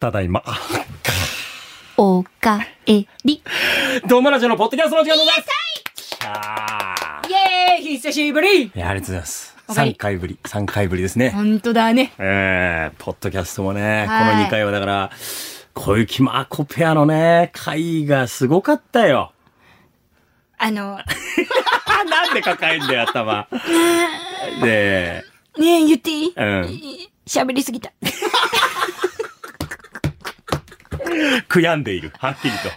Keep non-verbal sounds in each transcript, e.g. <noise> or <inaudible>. ただいま。おかえり。 <laughs> ドームラジオのポッドキャストの時間でございます。いイエーイ久しぶりやーいや、ありがとうございます。わかり3回ぶり、3回ぶりですね。本当だね。えー、ポッドキャストもね、このはい2回はだから、小雪まーこペアのね、会がすごかったよ。あの、あ、なんで抱えんだよ、 <laughs> 頭。で、ねえ、言っていいうん、喋りす <laughs> ぎた。悔やんでいる、はっきりと。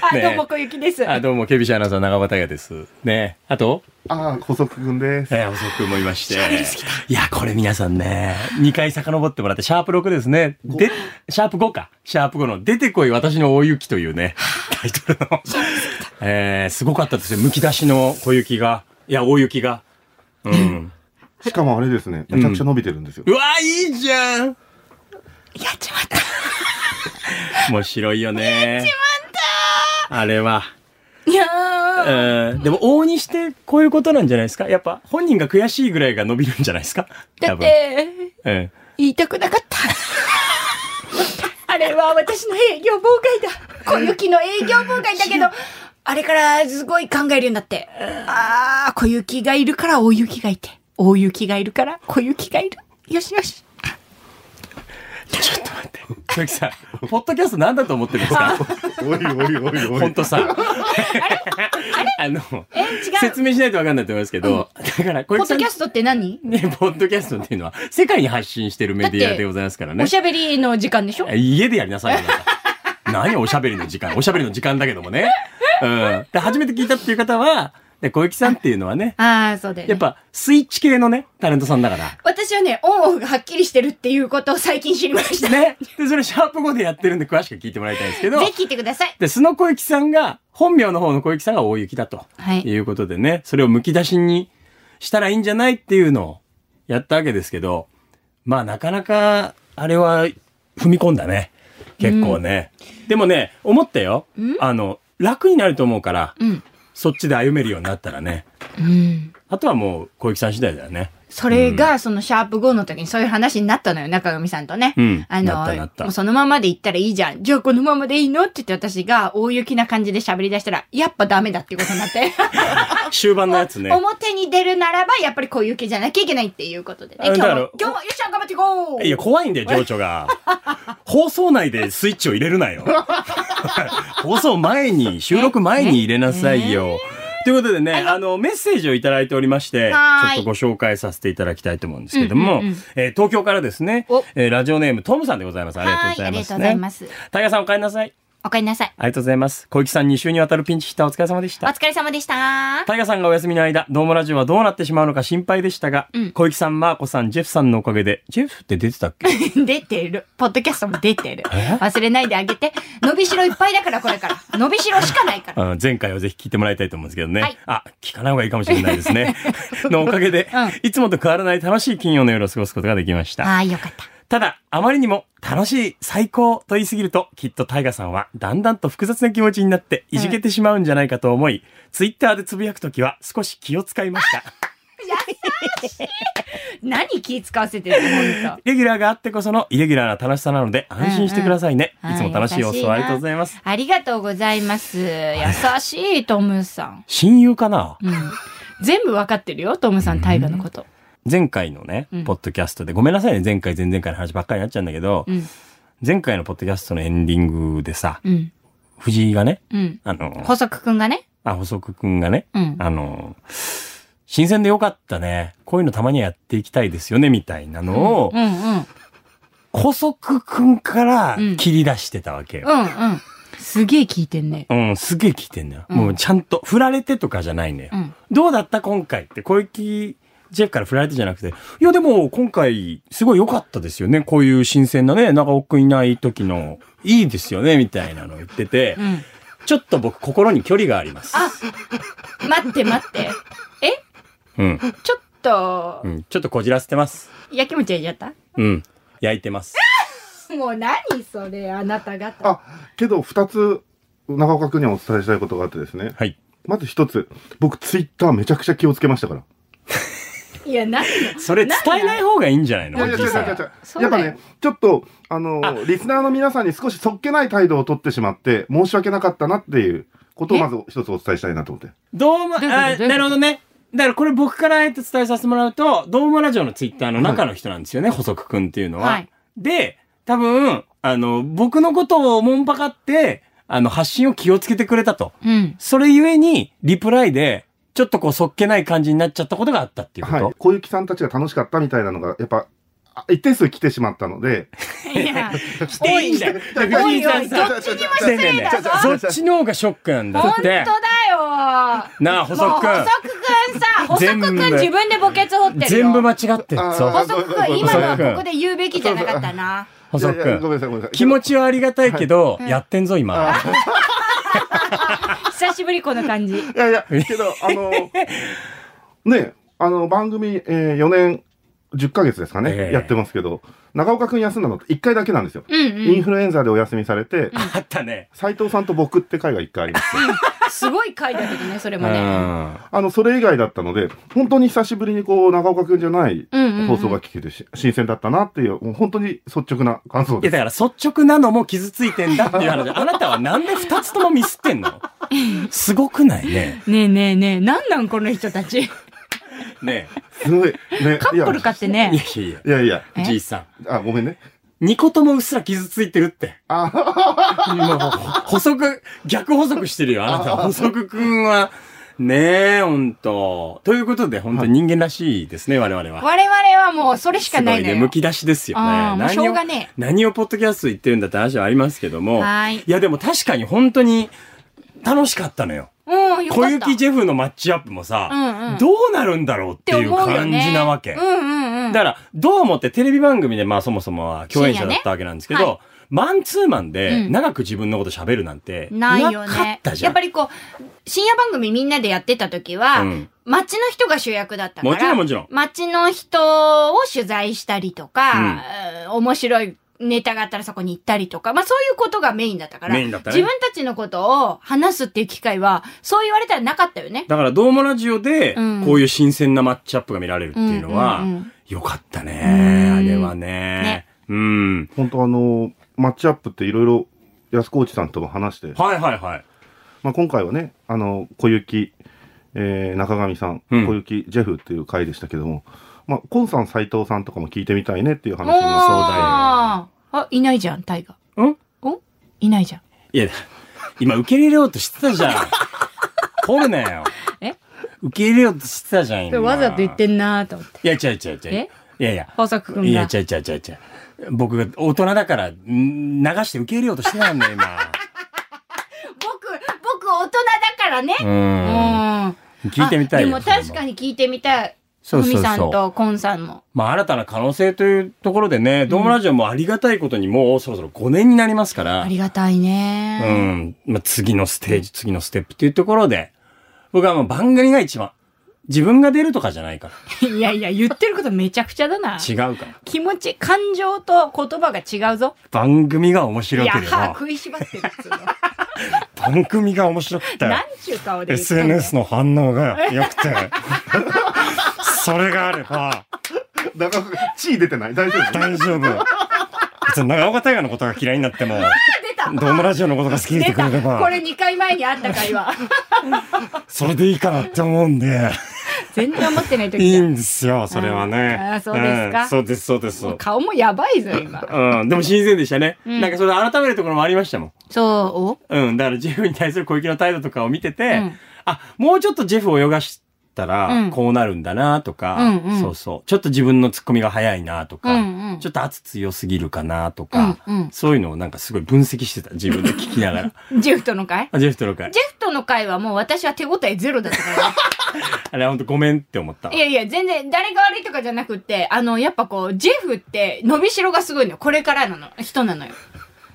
あ、ねえどうも、小雪です。あ、どうも、ケビシアナウンサー長畑です。ね。あと、ああ、小足くんです。えー、細くもいまして。いや、これ皆さんね、2回遡ってもらって、シャープ6ですね。で、シャープ5か。シャープ5の、出てこい私の大雪というね、タイトルの。えー、すごかったですよ。むき出しの小雪が。いや、大雪が。うん。しかもあれですね、めちゃくちゃ伸びてるんですよ。うわ、いいじゃんやっちまった。面白いよね。やっちまったあれは。いやー。うん。でも、往々にして、こういうことなんじゃないですかやっぱ、本人が悔しいぐらいが伸びるんじゃないですかだ多分。って、うん。言いたくなかった。あれは私の営業妨害だ。小雪の営業妨害だけど、あれからすごい考えるようになって。ああ、小雪がいるから大雪がいて。大雪がいるから小雪がいる。よしよし。ちょっと待って。小雪さん、ポッドキャストなんだと思ってるんですかおいおいおいおい。本当さ。あの、え、違う。説明しないとわかんないと思いますけど、だから、小雪ポッさドんキャストって何ね、ポッドキャストっていうのは、世界に発信してるメディアでございますからねおし。ゃべりの時間でしょ家でやりなさいよ。なんか何おしゃべりの時間。おしゃべりの時間だけどもね。うん。で、初めて聞いたっていう方は、で小雪さんっていうのはね、ああ、そうだよ、ね。やっぱ、スイッチ系のね、タレントさんだから。私はね、オンオフがはっきりしてるっていうことを最近知りました。 <laughs> ぜね。で、それ、シャープ5でやってるんで、詳しく聞いてもらいたいんですけど。ひ聞いてください。で、素の小雪さんが、本名の方の小雪さんが大雪だと。はいい。うことでね、それをむき出しにしたらいいんじゃないっていうのをやったわけですけど、まあなかなか、あれは踏み込んだね。結構ね。でもね、思ったよ。あの、楽になると思うから、うん。そっちで歩めるようになったらね。うん。あとはもう小雪さん次第だよね。それが、そのシャープ5の時にそういう話になったのよ、中上さんとね。うんあなったなのった、もうそのままで行ったらいいじゃん。じゃあこのままでいいのって言って私が大雪な感じで喋り出したら、やっぱダメだっていうことになって。終盤のやつね。 <laughs> 表に出るならば、やっぱり小雪じゃなきゃいけないっていうことでね。今日もだから、今日もよっしゃ、頑張っていこういや、怖いんだよ、情緒が。放送内でスイッチを入れるなよ。 <laughs> 放送前に、収録前に入れなさいよ。ということでね、あの、メッセージをいただいておりまして、ちはーいょっとご紹介させていただきたいと思うんですけども、うんうんうんえー東京からですねお、えーラジオネームトムさんでございます。ありがとうはごい、ざあいりまがとす、うございねま。す。タイガさんお帰りなさい。おかえりなさい。ありがとうございます。小雪さん2週にわたるピンチヒッターお疲れ様でしおた。疲れ様でした。タイガさんがお休みの間、どうもラジオはどうなってしまうのか心配でしたが、うん小雪さん、マーコさん、ジェフさんのおかげで、ジェフって出てたっけ <laughs> 出てる。ポッドキャストも出てる。忘れないであげて。伸びしろいっぱいだから、これから。伸びしろしかないから。うん前回はぜひ聞いてもらいたいと思うんですけどね。はいあ、聞かない方がいいかもしれないですね。のおかげで、うんいつもと変わらない楽しい金曜の夜を過ごすことができました。ああ、よかった。ただ、あまりにも楽しい、最高と言いすぎると、きっとタイガさんはだんだんと複雑な気持ちになって、いじけてしまうんじゃないかと思い、ツイッターでつぶやくときは少し気を使いました。何気使わせてるの、ほんと。レギュラーがあってこそのイレギュラーな楽しさなので、安心してくださいね。うんうんいつも楽しい放送ありがとうございます。ありがとうございます。優しい、トムさん。親友かなうん。全部わかってるよ、トムさん、大河のこと。前回のね、うんポッドキャストで、ごめんなさいね、前回前々回の話ばっかりになっちゃうんだけど、うん。前回のポッドキャストのエンディングでさ、うん。藤井がね、うん。あの、細くくんがね。あ、細くくんがね、うん。あの、新鮮でよかったね。こういうのたまにはやっていきたいですよね、みたいなのを、うんうん。細くくんからうん切り出してたわけよ。うんうん。すげえ聞いてんね。うん、すげえ聞いてんだよ。うんもうちゃんと、振られてとかじゃないのよ。うん。どうだった今回って、小雪、ジェフから振られてじゃなくて、いやでも今回すごい良かったですよね。こういう新鮮なね、長尾くんいない時の、いいですよね、みたいなの言ってて、うん。ちょっと僕心に距離があります。あ、待って待って。えうん。ちょっとう、ん。ちょっとこじらせてます。やきもち焼いちゃったうん。焼いてます。もう何それ、あなた方。あ、けど二つ、長岡くんにはお伝えしたいことがあってですね。はい。まず一つ、僕ツイッターめちゃくちゃ気をつけましたから。いや、なんそれ伝えない方がいいんじゃないのいやおいや、違うじ違いうさん。違うそうだよやっぱね、ちょっと、あのー、リスナーの皆さんに少しそっけない態度を取ってしまって、申し訳なかったなっていうことをまず一つお伝えしたいなと思って。どうも、あどういうことどういうことなるほどね。だからこれ僕からあえて伝えさせてもらうと、ドームラジオのツイッターの中の人なんですよね、補足くんっていうのは。はいで、多分、あの、僕のことをおもんぱかって、あの、発信を気をつけてくれたと。 <laughs> うん。それゆえに、リプライで、ちょっとこう、そっけない感じになっちゃったことがあったっていうこはと。い。小雪さんたちが楽しかったみたいなのが、やっぱ、あ一定数来てしままったので、いや、来ていいんだよ。おいだからおいおい藤井さんさどっちにも来てんねんね失礼だそぞっちの方がショックなんだ本っ当だてよ。なあ、補足く。もうん細くくんさ、細全く部くん自分で墓穴掘ってるよ。全部間違ってるあーそう。細くくん、今のはここで言うべきじゃなかったな。補足いやいくやごん。めんなさい、ごめんなさい。気持ちはありがたいけど、やってんぞ、今。久しぶりこの感じ。いやいや、けど、あの、ね、あの、番組、えー、4年10ヶ月ですかね、ええやってますけど、長岡くん休んだのって1回だけなんですよ。うんイうンん。フルエンザでお休みされて、あったね。斉藤さんと僕って回が1回あります。すごい回だけどね、それうもね。ん。あの、それ以外だったので、本当に久しぶりにこう、長岡くんじゃないうんうんうん放送が聞けてし、新鮮だったなっていう、もう本当に率直な感想いや、です。だから率直なのも傷ついてんだっていう話。あなたはなんで二つともミスってんのすごくないね。 <laughs> ねえねえねえ、なんなんこの人たち。ねすごい。ね、カッいやプルかってえ。いやね。いやいいやいや、や、じいさん。あ、ごめんね。二個ともうっすら傷ついてるって。今もう補足、逆補足してるよ、あなた。補足くんは。ねえ、ほんと。ということで、本当に人間らしいですね、我々は。我々はもうそれしかすなごいいのね、よむ。き出しですよね。ああもうしょうがね何を、何をポッドキャスト言ってるんだって話はありますけども。はーいや、でも確かに本当に楽しかったのよ。うん、よか小った。雪っジェフのマッチアップもさ、うんうんどうなるんだろうってていう思うよ感ね。じなわけ。うんうんうん。だから、どうもってテレビ番組でまあそもそもは共演者だったわけなんですけど、深夜ねマンツーマンでうん長く自分のこと喋るなんて、ないよかっねた。じゃやん。っぱりこう、深夜番組みんなでやってた時は、うん街の人が主役だったから。もちろんもちろん街の人を取材したりとか、うん面白いネタがあったらそこに行ったりとか、まあそういうことがメインだったから。メインだったね自分たちのことを話すっていう機会は、そう言われたらなかったよね。だから、ドームラジオでうん、こういう新鮮なマッチアップが見られるっていうのうはんうんうん、よかったね。んあれはねね。うん。本当あの、マッチアップっていろいろ、安河内さんとも話して、はいはいはい。まあ、今回はね、あの、小雪、えー中上さん、うん小雪、ジェフっていう回でしたけども、まあ、コンさん、斎藤さんとかも聞いてみたいねっていう話おもそうだあーあ、いないじゃん、タイガ。うんおいないじゃん。いや、今受け入れようとしてた <laughs> じゃん。掘るなよ。え受け入れようとしてたじゃん、今。わざと言ってんなーと思って。いや、違う違う違うえ。いやいや。豊作君がいや、違う違う違う違う。僕が大人だから、ん流して受け入れようとしてたんだよ、僕、僕大人だからね。今。うん。うん。聞いてみたいあよ。でも確かに聞いてみたい。そうそうそふうみさんとコンさんも。まあ、新たな可能性というところでね、ドームラジオもありがたいことにもうそろそろ5年になりますからあ、りがたいうね。ん、まあ、次のステージ、次のステップっていうところで、僕はもう番組が一番、自分が出るとかじゃないから、いやいや、言ってることめちゃくちゃだな。違うから。気持ち、感情と言葉が違うぞ。番組が面白いや、ければ、歯食いしばってるっつうの。番組が面白くて、なんちゅう顔で言ってんだよ SNS の反応が良くて、それがあれば、よ。中岡、血出てない大丈夫大丈夫。別に長岡大河のことが嫌いになっても、出たドームラジオのことが好きでいて出くれれたこば、れ2回前にあった会 <laughs> 話。それでいいかなって思うんで、全然思ってない時いいだ。んですよ、それはね。あーそうですかんそうです、そうです。顔もやばいぞ、今。うん、でも新鮮でしたね。なんかそれ改めるところもありましたもん。そうん、だからジェフに対する小池の態度とかを見てて、うんあ、もうちょっとジェフを泳がしたうらん、こうなるんだなとか、うんうんそうそう、ちょっと自分のツッコミが早いなとか、うんうんちょっと圧強すぎるかなとか、うんうんそういうのをなんかすごい分析してた、自分で聞きながら。うジェフトの会あジェフとの会ジ。ェフトの会はもう私は手応えゼロだったかあれほんとごめんって思ったら。い。やいや、全然誰が悪いとかじゃなくって、あの、やっぱこう、ジェフって伸びしろがすごいのよ。これからなの、人なのよ。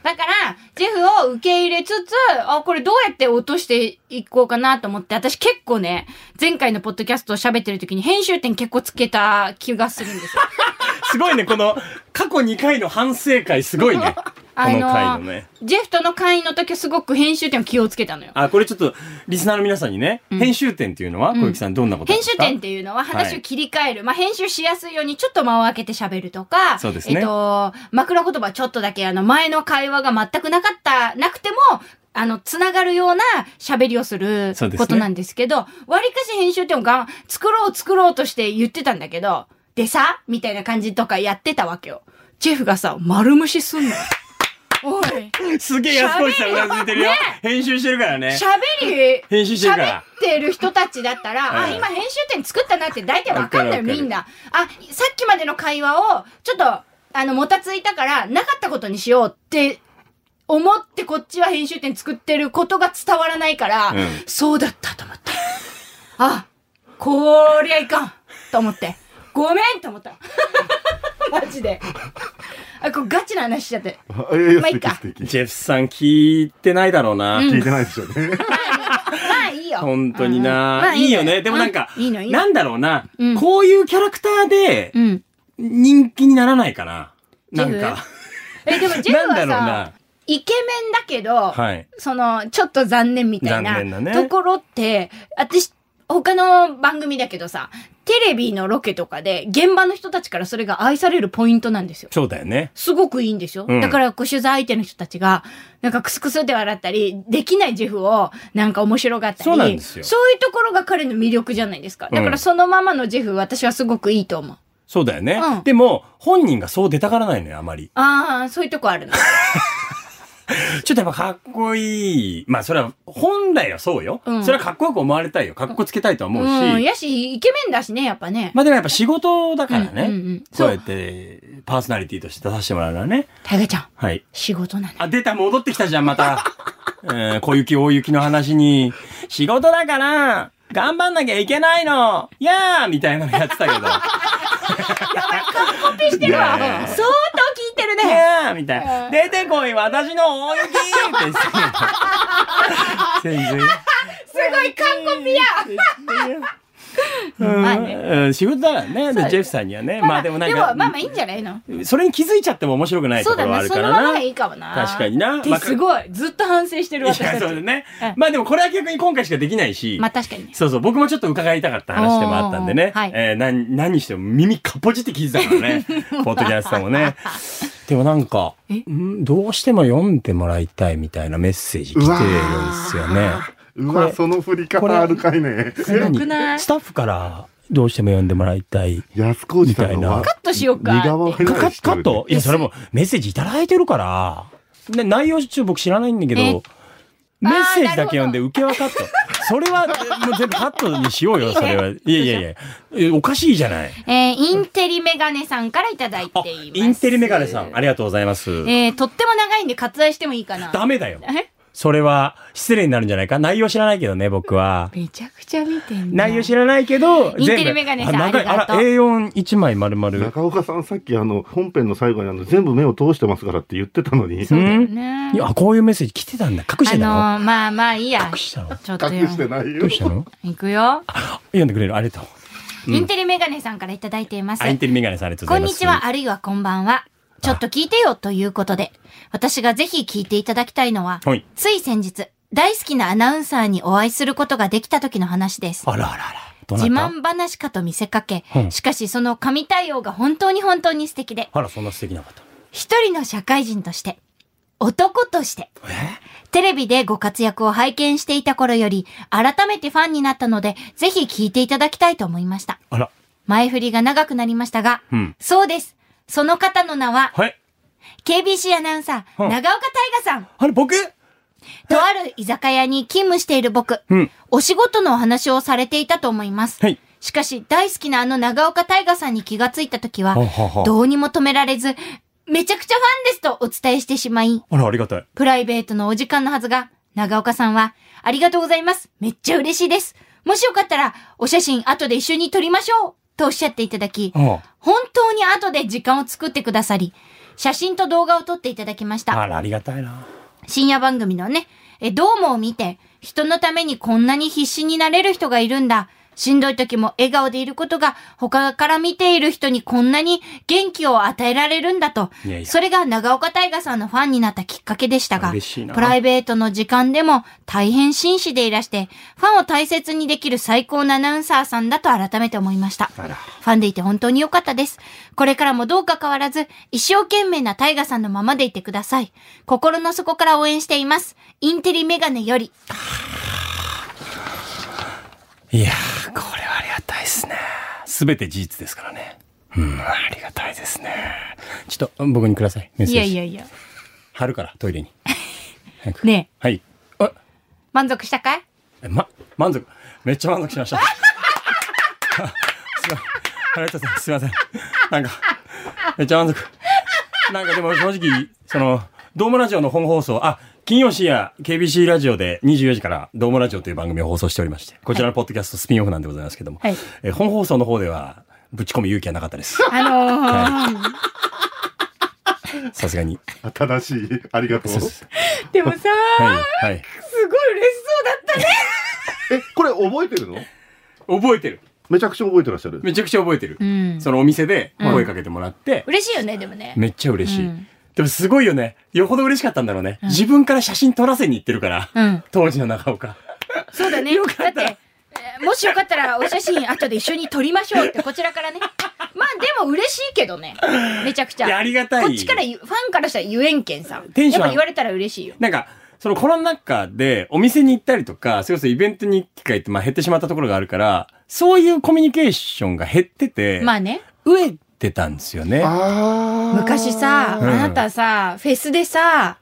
だから、ジェフを受け入れつつ、あ、これどうやって落としていこうかなと思って、私結構ね、前回のポッドキャストを喋ってる時に編集点結構つけた気がするんですよ。すごいね、この過去2回の反省会すごいね。 <laughs> あこの回のの、ねジェフとの会の時はすごく編集点を気をつけたのよ。あ、これちょっと、リスナーの皆さんにね、編集点っていうのは、小雪さんどんなことで編す集か点っていうのは話を切り替える。まあ、編集しやすいようにちょっと間を空けて喋るとか、そうですねえっと、枕言葉ちょっとだけ、あの、前の会話が全くなかった、なくても、あの、つながるような喋りをするそうですねことなんですけど、わりかし編集点をがん作ろう作ろうとして言ってたんだけど、でさみたいな感じとかやってたわけよ。ジェフがさ、丸無視 <laughs> すんの。おい。すげえ安越さんうなずいてるよね。編集してるからね。喋り、 <laughs> 編集してるから喋ってる人たちだったら、うんあ、今編集点作ったなって大体わわかかんなるわいかるみんな。あ、さっきまでの会話を、ちょっと、あの、もたついたから、なかったことにしようって、思ってこっちは編集点作ってることが伝わらないから、うんそうだったと思った。 <laughs> あ、こりゃいかんと思って。ごめんと思った。 <laughs> マジで。あ、これガチな話しち <laughs> ゃって。ええまあい素いか敵 <laughs> 素敵。ジェフさん聞いてないだろうな。聞いてないですよね。まあいいよ。本当にうんまな。あいいよね。でもなんかういいのいいの。なんだろうなう。んこういうキャラクターでうん。人気にならないかな。ジなェフんか。え、でもジェなフんだろうはさな、。イケメンだけど、はい。その、ちょっと残念みたい残念だなねところって、私、他の番組だけどさ、テレビのロケとかで、現場の人たちからそれが愛されるポイントなんですよ。そうだよね。すごくいいんですよ。うんだから、こう、取材相手の人たちが、なんか、クスクスで笑ったり、できないジェフを、なんか面白がったり。そうなんですよそういうところが彼の魅力じゃないですか。だかうんら、そのままのジェフ、私はすごくいいと思う。そうだよねうん。でも、本人がそう出たがらないのよ、あまり。ああ、そういうとこあるの。ちょっとやっぱかっこいい。まあそれは、本来はそうよ。うんそれはかっこよく思われたいよ。かっこつけたいとは思ううん。し。やし、イケメンだしね、やっぱね。まあでもやっぱ仕事だからね。うんうんうんそそううやって、パーソナリティとして出させてもらうのはね。タイガちゃん、はい。仕事なの。あ、出た、戻ってきたじゃん、ま <laughs> た。えー、小雪、大雪の話に、仕事だから、頑張んなきゃいけないの、やーみたいなのやってたけど、コピーしてるわ。ねえ相当聞いてるね。やーみたいな。出てこい、私の大雪って言ってた全然。 <laughs> すごい完コピや。うんまあねうん仕事だからね。そうで、ジェフさんにはね。まあでもなんでも、まあまかあ、いいんじゃないのそれに気づいちゃっても面白くないとそうこだろはあな、るそかのらままがな。いいいかもな。確かに <laughs> なで、すごい。ずっと反省してるや、私そたうち。だねうん。まあでもこれは逆に今回しかできないし。まあ確かにね。そうそう、僕もちょっと伺いたかった話でもあったんでね。おーはいえー何、何にしても耳かっぽじって聞いてたから <laughs> ね。ポッドキャストもね。でもなんか、んどうしても読んでもらいたいみたいなメッセージ来てるんですよね。 <laughs> うこわ、れその振り方あるかいね。これ何よくないスタッフからどうしても読んでもらいたい。安子じさんのわみたカットしようか。身代わりかかないカットいや、それもメッセージいただいてるから。ね、内容中僕知らないんだけえど、メッセージだけ読んでなる受けはカット。それは、もう全部カットにしようよ、それは。いやいやいやえ、おかしいじゃない。えーインテリメガネさんからいただいあています。インテリメガネさん、ありがとうございます。えーとっても長いんで割愛してもいいかな。ダメだよ。えそれは、失礼になるんじゃないか内容知らないけどね、僕は。めちゃくちゃ見てんな内容知らないけど、インテリメガネさん全部長いありがとうら、A41 枚丸々。中岡さんさっきあの、本編の最後にあの、全部目を通してますからって言ってたのに、そうだよねい。や、こういうメッセージ来てたんだ。隠しあてたののー、まあまあいいや。隠したのちょっと隠してよ。ないどよう。したのいくよ。読んでくれるありがとう。インテリメガネさんからいただいていますあ、。インテリメガネさんありがとうごこざいんまにす。ちは、。あるいはこんばんは。ちょっと聞いてよということで、私がぜひ聞いていただきたいのは、はいつい先日、大好きなアナウンサーにお会いすることができた時の話です。あらあらあら。ど自なた慢話かと見せかけう、んしかしその神対応が本当に本当に素敵で、あら、そんな素敵な方。一人の社会人として、男として、テレビでご活躍を拝見していた頃より、改めてファンになったので、ぜひ聞いていただきたいと思いました。あら。前振りが長くなりましたが、うんそうです。その方の名は、はい。 KBC アナウンサー、うん長岡大河さん。あれ、僕とある居酒屋に勤務している僕、うんお仕事のお話をされていたと思います。はいしかし、大好きなあの長岡大河さんに気がついたときはははは、どうにも止められず、めちゃくちゃファンですとお伝えしてしまい、あら、ありがたい。プライベートのお時間のはずが、長岡さんは、ありがとうございます。めっちゃ嬉しいです。もしよかったら、お写真後で一緒に撮りましょう。とおっしゃっていただき、あ本当に後で時間を作ってくださり、写真と動画を撮っていただきました。あら、ありがたいな。深夜番組のね、え、どうもを見て、人のためにこんなに必死になれる人がいるんだ。しんどい時も笑顔でいることが他から見ている人にこんなに元気を与えられるんだと。いやいやそれが長岡大河さんのファンになったきっかけでしたが、嬉しいなプライベートの時間でも大変紳士でいらして、ファンを大切にできる最高なアナウンサーさんだと改めて思いました。あらファンでいて本当に良かったです。これからもどうか変わらず、一生懸命なタイガさんのままでいてください。心の底から応援しています。インテリメガネより。いやー、これはありがたいですね。すべて事実ですからね。うん、ありがたいですね。ちょっと、僕にください。メッセーいジ。やいやいや。貼るから、トイレに。早くねはい。あ、え、満足したかいえま、満足。めっちゃ満足しました。あすいません。ありがとうございます。すいません。なんか、めっちゃ満足。なんかでも正直、その、ドームラジオの本放送、あ、金曜深夜 KBC ラジオで24時からドームラジオという番組を放送しておりまして、こちらのポッドキャストスピンオフなんでございますけども、はいえー本放送の方では、ぶち込む勇気はなかったです。あのー、さすがに。正しい。ありがとうそう。です。でもさはい。はい。すごい嬉しそうだったね。え、これ覚えてるの覚えてる。めちゃくちゃ覚えてらっしゃる。めちゃくちゃ覚えてる。うんそのお店で声かけてもらって、嬉しいよね、でもね。めっちゃ嬉しい、うんでもすごいよね。よほど嬉しかったんだろうね。自分から写真撮らせに行ってるから。うん。当時の中岡。そうだね。だって、えーもしよかったらお写真後で一緒に撮りましょうって、こちらから <laughs> ね。まあでも嬉しいけどね。めちゃくちいやゃ。ありがたいこっちから言う、ファンからしたら言えんけんさ。テンションやっぱ言われたら嬉しいよ。なんか、そのコロナ禍でお店に行ったりとか、それこそイベントに行く機会ってまあ減ってしまったところがあるから、そういうコミュニケーションが減ってて、まあね。飢えてたんですよね。あー昔さ、あうんなたさ、フェスでさ、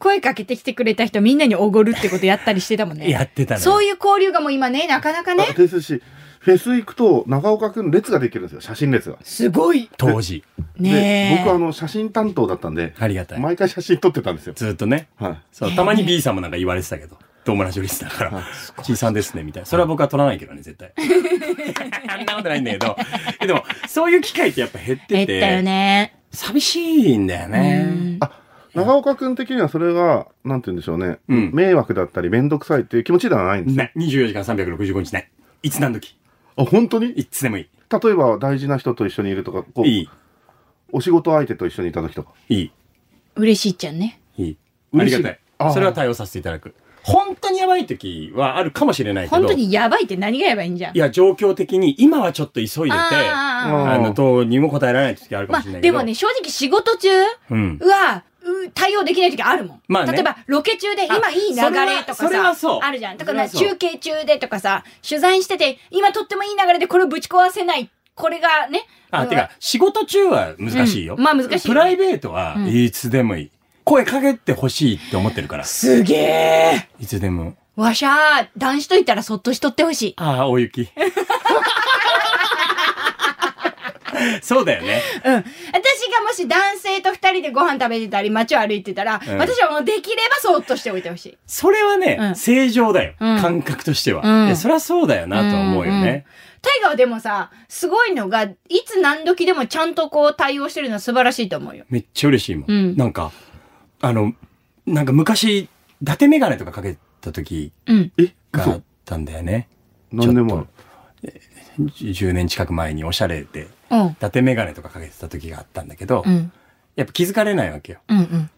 声かけてきてくれた人みんなにおごるってことやったりしてたもんね。やってたのよ。そういう交流がもう今ね、なかなかあね。ですし、フェス行くと長岡くん列ができるんですよ。写真列が。すごい。当時。ねで、え。僕あの写真担当だったんで、ありがたい。毎回写真撮ってたんですよ。ずっとね。はい。そう、ねたまに B さんもなんか言われてたけど、友達リスだから、小さんですね、みたいな。それは僕は取らないけどね、絶 <laughs> 対。あんなことないんだけど。えでも、そう <laughs> いう機会ってやっぱ減って減ったよて、ね。寂しいんだよね。あ、長岡くん的にはそれが、なんて言うんでしょうね。うん迷惑だったり、めんどくさいっていう気持ちではないんです。ね、24時間365日ない。いつ何時あ、本当にいつでもい例えば大事な人と一緒にいるとか、こい。う、いお仕事相手と一緒にいた時とか。い。いい。嬉しいっちゃんね。いい。あり嬉しいがたいあ。ーそれは対応させていただく。本当にやばい時はあるかもしれないけ本ど、当いにやばいって何がやばいんじゃん。や、状況的に今はちょっと急いでて、ああーーあーあーの、等にも答えられない時あるかまもあ、しれないでけど。もね、正直仕事中うん。は、う対応できない時あるもん。まあね例えば、ロケ中で今いい流あそれはれとかさ、それはそうあるじゃん。とそかれはな、そう中継中でとかさ、取材してて、今とってもいい流れでこれをぶち壊せない。これがね。あ、うんてか、仕事中は難しいよ。うんまあ難しいプライベートはんいつでもいい。声かけてほしいって思ってるから。すげえ。いつでも。わしゃー、男子といたらそっとしとってほしい。ああ、大雪。そうだよね。うん。私がもし男性と二人でご飯食べてたり、街を歩いてたら、うん私はもうできればそっとしておいてほしい。それはね、うん正常だよ。うん感覚としては。うんいやそりゃそうだよなとは思うよね。タイガーはでもさ、すごいのが、いつ何時でもちゃんとこう対応してるのは素晴らしいと思うよ。めっちゃ嬉しいもん。うんなんか、あの、なんか昔、伊達メガネとかかけた時うん。え、があ嘘ったんだよね。何でもある。 10年近く前におしゃれで、うん伊。達メガネとかかけてた時があったんだけど、うん。やっぱ気づかれないわけよ。うんうん。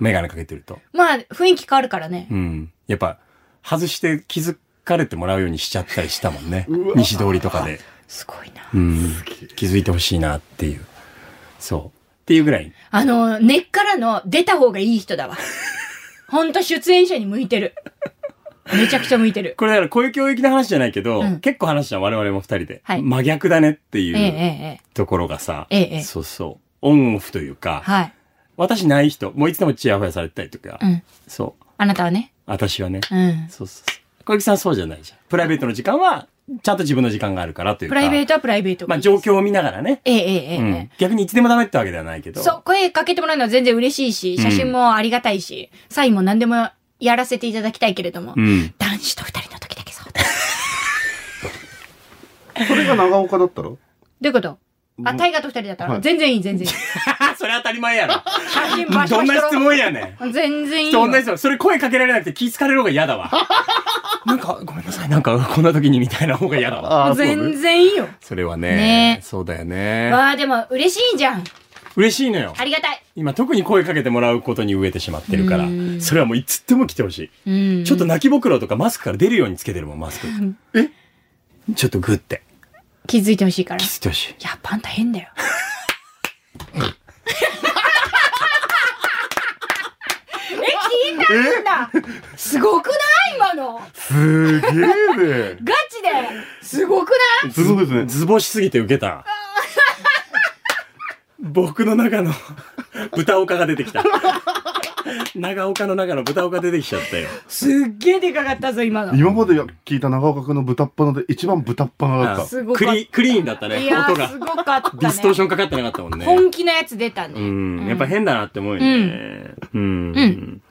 メガネかけてると。まあ、雰囲気変わるからね。うん。やっぱ、外して気づかれてもらうようにしちゃったりしたもん <laughs> ねうわ。西通りとかで。すごいな。うん。気づいてほしいなっていう。そう。っていうぐらい。あの、根っからの出た方がいい人 <laughs> だわ。ほんと出演者に向いてる。めちゃくちゃ向いてる。これだからこういう教育の話じゃないけど、うん結構話したの我々も二人で、はい真逆だねっていえええうえええ。ところがさ、ええええそうそう。オンオフというか、はい。私ない人、もういつでもチヤホヤされたりとか、うん。そう。あなたはね。私はね、うん。そうそうそう。小雪さんそうじゃないじゃん。プライベートの時間は、ちゃんと自分の時間があるからというプか。ライベートはプライベート。まあ状況を見ながらね。ええええええ。うん逆にいつでもダメってわけではないけど。そう、声かけてもらうのは全然嬉しいし、写真もありがたいし、サインも何でもやらせていただきたいけれども、うん。男子と二人の時だけそう。どそれが長岡だったらういうことあ、うんタイガーと二人だったら、はい全然いい、全然いい。それ当たり前やろ。写真バ <laughs> シどバんシな質撮ろ問やねん。う全然い <laughs> いどよんな。質問それ声かけられなくて気ぃつかれる方が嫌だわ。 <laughs> なんか、ごめんなさい、なんか、こんな時にみたいな方が嫌だ <laughs> わ。もああ、うそうね全然いいよ。それはねね、そうだよね。わあ、でも嬉しいじゃん。嬉しいのよ。ありがたい。今、特に声かけてもらうことに飢えてしまってるからう、んそれはもういつっても来てほしうんい。ちょっと泣きぼくろとかマスクから出るようにつけてるもん、マスク。えちょっとグって。気づいてほしいから。キスってほしい。やっぱあんた <laughs> 変だよ。え、聞いたんだすごくない今のすげえね。ガチですごくないすごいですね。ズボしすぎて受けた。僕の中の豚岡が出てきた。長岡の中の豚岡出てきちゃったよ。すっげえでかかったぞ今の。今まで聞いた長岡君の豚っ鼻で一番豚っ鼻だっあた。すごクかったリクリーンだったねい、や音ーがす。ごかったね。ディストーションかかってなかったもんね。本気のやつ出たね。うん、やっぱ変だなって思うよね。うん。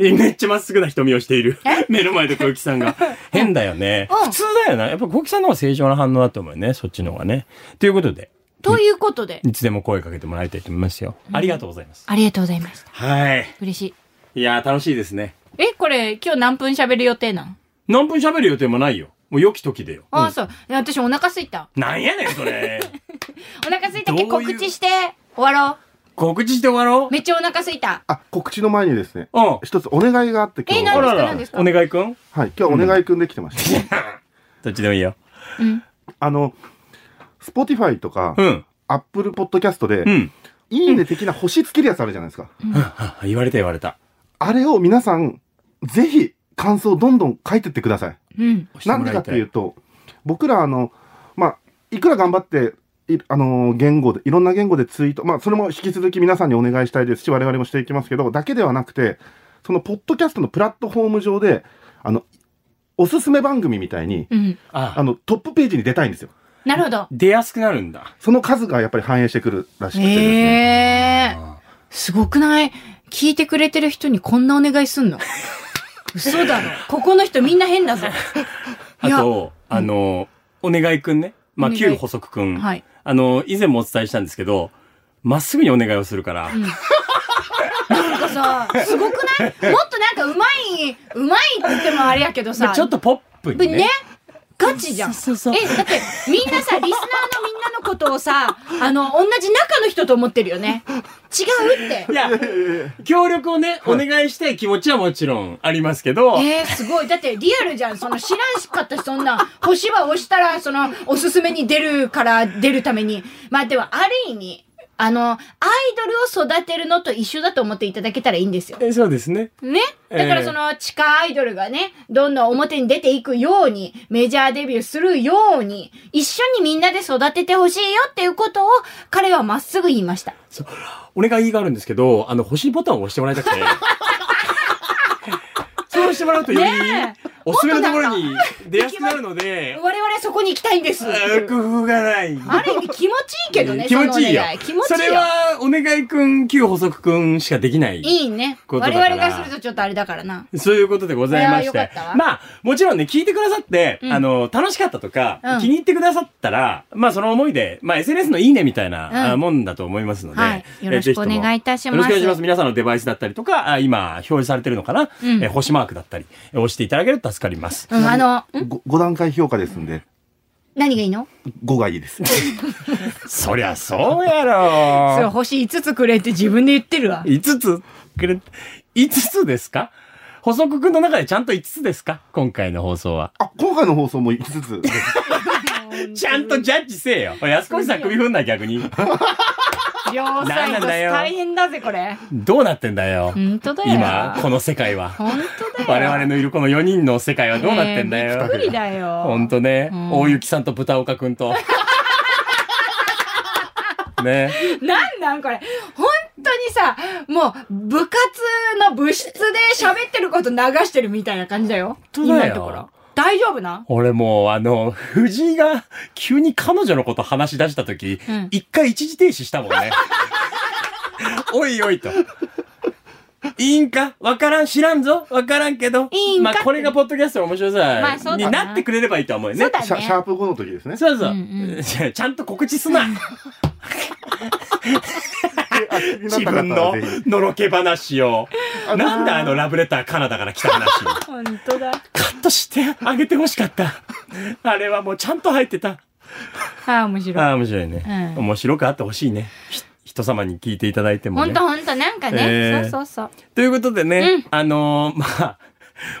えめっちゃまっすぐな瞳をしている。 <laughs> 目の前で小雪さんが。変だよね。う普ん通だよな。やっぱ小雪さんの方が正常な反応だと思うよね。そっちの方がね。ということで、ということで、いつでも声かけてもらいたいと思いますよ。ありがとうございます。ありがとうございました。はい。嬉しい。いやー、楽しいですね。え、これ今日何分喋る予定なん何分喋る予定もないよ。もう良き時でよ。ああ、そう。いや私お腹すいた。なんやねん、それ。 <laughs> お腹すいたけどどういう告知して終わろ告知して終わろう。めっちゃお腹すいた。あ、告知の前にですね、う。うん。一つお願いがあって今え日何あは、ら何でらす、かお願いくんはい、今日はお願い君できてました。どっちでもいいよ。うん。あの、Spotify とかう、ん。 Apple Podcast でう、ん。いいね的な星つけるやつあるじゃないですか。はあ <laughs> 言われた言われた。あれを皆さん、ぜひ感想をどんどん書いてってください。うん。押してなんもでらかいってたいうと、僕らあの、まあ、いくら頑張って、いあのー言語で、いろんな言語でツイート、まあ、それも引き続き皆さんにお願いしたいですし、我々もしていきますけど、だけではなくて、その、ポッドキャストのプラットフォーム上で、あの、おすすめ番組みたいに、うん。ああの、トップページに出たいんですよ。なるほど。出やすくなるんだ。その数がやっぱり反映してくるらしくてですね。ええー。すごくない聞いてくれてる人にこんなお願いす <laughs> んの嘘だろ。ここの人みんな変だぞ。いあやと、あの、お願いくんね。まあ、お願い旧補足くん。はいあの、以前もお伝えしたんですけど、まっすぐにお願いをするから、なんかさ、すごくないもっとなんかうまい、うまいって言ってもあれやけどまさ。あちょっとポップにね。ねガチじゃん。そうそうそうえ、だってみんなさ、リスナーのみんなのことをさ、あの、同じ中の人と思ってるよね。違うってい。や、協力をね、お願いしたい気持ちはもちろんありますけど、えー、すごい。だってリアルじゃん。その知らんしかったし、そんな、星は押したら、その、おすすめに出るから、出るために。まあでは、ある意味、あの、アイドルを育てるのと一緒だと思っていただけたらいいんですよ。えそうですね。ね。だかえらえその、地下アイドルがね、どんどん表に出ていくように、メジャーデビューするように、一緒にみんなで育ててほしいよっていうことを、彼はまっすぐ言いました。そうお願いがあるんですけど、あの、星ボタンを押してもらいたく <laughs> て。そうしてもらうとよりねえ、おすすめのところに出やすくなるので、我々そこに行きたいんです。あー工夫がない。ある意味気持ちいいけどね、気持ちいいよそのお願気持ちいいよ。それは、お願いくん、旧補足くんしかできない。いいね。ことだ我から々がするとちょっとあれだからな。そういうことでございましいやーよてかったわ。まあ、もちろんね、聞いてくださって、うんあの、楽しかったとか、うん気に入ってくださったら、まあ、その思いで、まあ、SNS のいいねみたいな、うんあもんだと思いますので、はいよろしくお願いえーぜひともいたしますよろしくお願いします。皆さんのデバイスだったりとか、あ今、表示されてるのかな、うんえー星マークだったり、えー押していただけると助かります。うん、あの、んご 5, 段階評価ですんで、何がいいの5がい <laughs> いです。そりゃそうやそう、 <laughs> ろ星5つくれって自分で言ってるわ。 5つくれ、5つですか補足くんの中でちゃんと5つですか今回の放送は。あ、今回の放送も5つです。ちゃんとジャッジせえよ。おい安越さん首振んな逆に。両サなんイなんドだよ大変だぜ、これ。どうなってんだよ。本当だよ。今、この世界は。本当だ我よ。々のいるこの4人の世界はどうなってんだねえびっよく。りだよ。ほんとね、ん大雪さんと豚岡くん <laughs> と。ね。なんなんこれ。本当にさ、もう、部活の部室で喋ってること流してるみたいな感じだよ。本当だよ今のところ。大丈夫な俺もう、あの、藤井が急に彼女のこと話し出した時うん一回一時停止したもん <laughs> ね。おいおいと。いいんかわからん、知らんぞわからんけど。いいんかまあ、これがポッドキャストの面白さ、まあそうだなになってくれればいいとは思うよね。そうだねシャシャープ5の時ですね。そうそう。うんうちゃんと告知すな。自あ気になった方は分のぜひ <laughs> のろけ話を。なんであのラブレターカナダから来た話。本当だ。勝っとしてあげてほしかった。あれはもうちゃんと入ってた。ああ、面白い。ああ、面白いね。うん面白くあってほしいね。ひ人様に聞いていただいてもほねんと。ほんと、なんかね、えーそうそうそう。ということでね、あのーま <laughs> あ、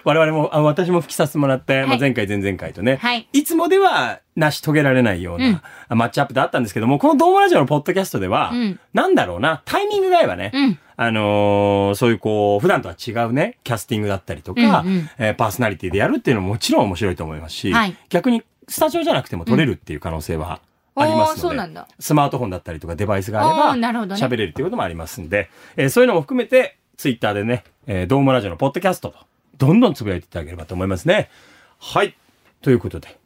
我々も、あ私も吹きさせてもらって、まはあ、い前回、前々回とね、はいつもでは成し遂げられないような、マッチアップであったんですけども、このドームラジオのポッドキャストでは、うんなんだろうな、タイミングが合えばね、うんあのーそういうこう、普段とは違うね、キャスティングだったりとか、うんうんえーパーソナリティでやるっていうのももちろん面白いと思いますし、はい逆にスタジオじゃなくても撮れるっていう可能性はありますので、おーそうなんだスマートフォンだったりとかデバイスがおあーれなるば、ほどね喋れるっていうこともありますんで、えーそういうのも含めて、ツイッターでね、えードームラジオのポッドキャストと、どんどんつぶやいていただければと思いますね。はい。ということで、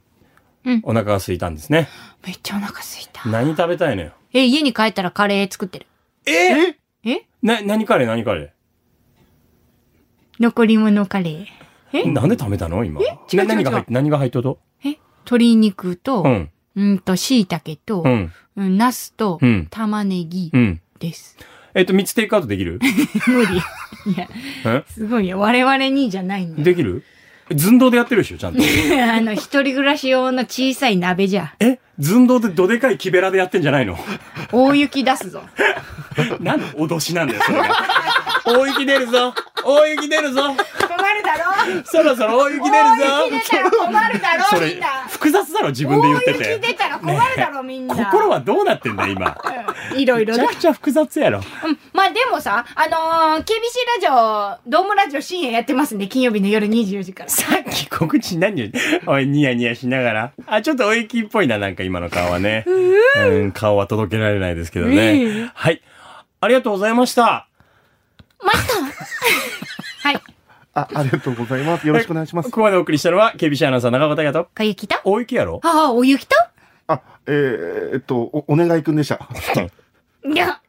うんお腹が空いたんですね。めっちゃお腹すいた。何食べたいのよ。え、家に帰ったらカレー作ってる。えええな、何カレー何カレー残り物カレー。えなんで食べたの今。違う違なう何が入って、何が入っとるとえ鶏肉と、ううんん。と、椎茸とう、ん。うん、茄子とうん、玉ねぎうん。です。えっと、3つテイクアウトでき <laughs> る無 <laughs> 理。いや、えすごいよ。我々にじゃないんだよ。できる寸胴でやってるでしょ、ちゃんと。 <laughs> あの、一人暮らし用の小さい鍋じゃ。え寸胴でどでかい木べらでやってんじゃない <laughs> の大雪出すぞ。なんで脅しなんだよ、それが。大雪出るぞ大雪出るぞ <laughs> 困るだろそろそろ大雪出る大雪ぞ出たら困るだそろみれんな、複雑だろ、自分で言って大雪て。出たら困るだろみんな。心はどうなってんだ、今。いろいろめちゃ。だくちゃ複雑やろ。うん。 <laughs> まあでもさ、あのー、KBC ラジオ、ドームラジオ深夜やってますんで、金曜日の夜24時から。さっき告知何を、おい、ニヤニヤしながら。あ、ちょっとお雪っぽいな、なんか今の顔はね。うん、顔は届けられないですけどね。はい。ありがとうございました。はい。あ、ありがとうございます。よろしくお願いしますこ。こまでお送りしたのは、KBC アナウンサー長岡大和と、かゆきとあ大雪やろあ、おゆきとあ、えーえっと、おお願いくんでした。いや。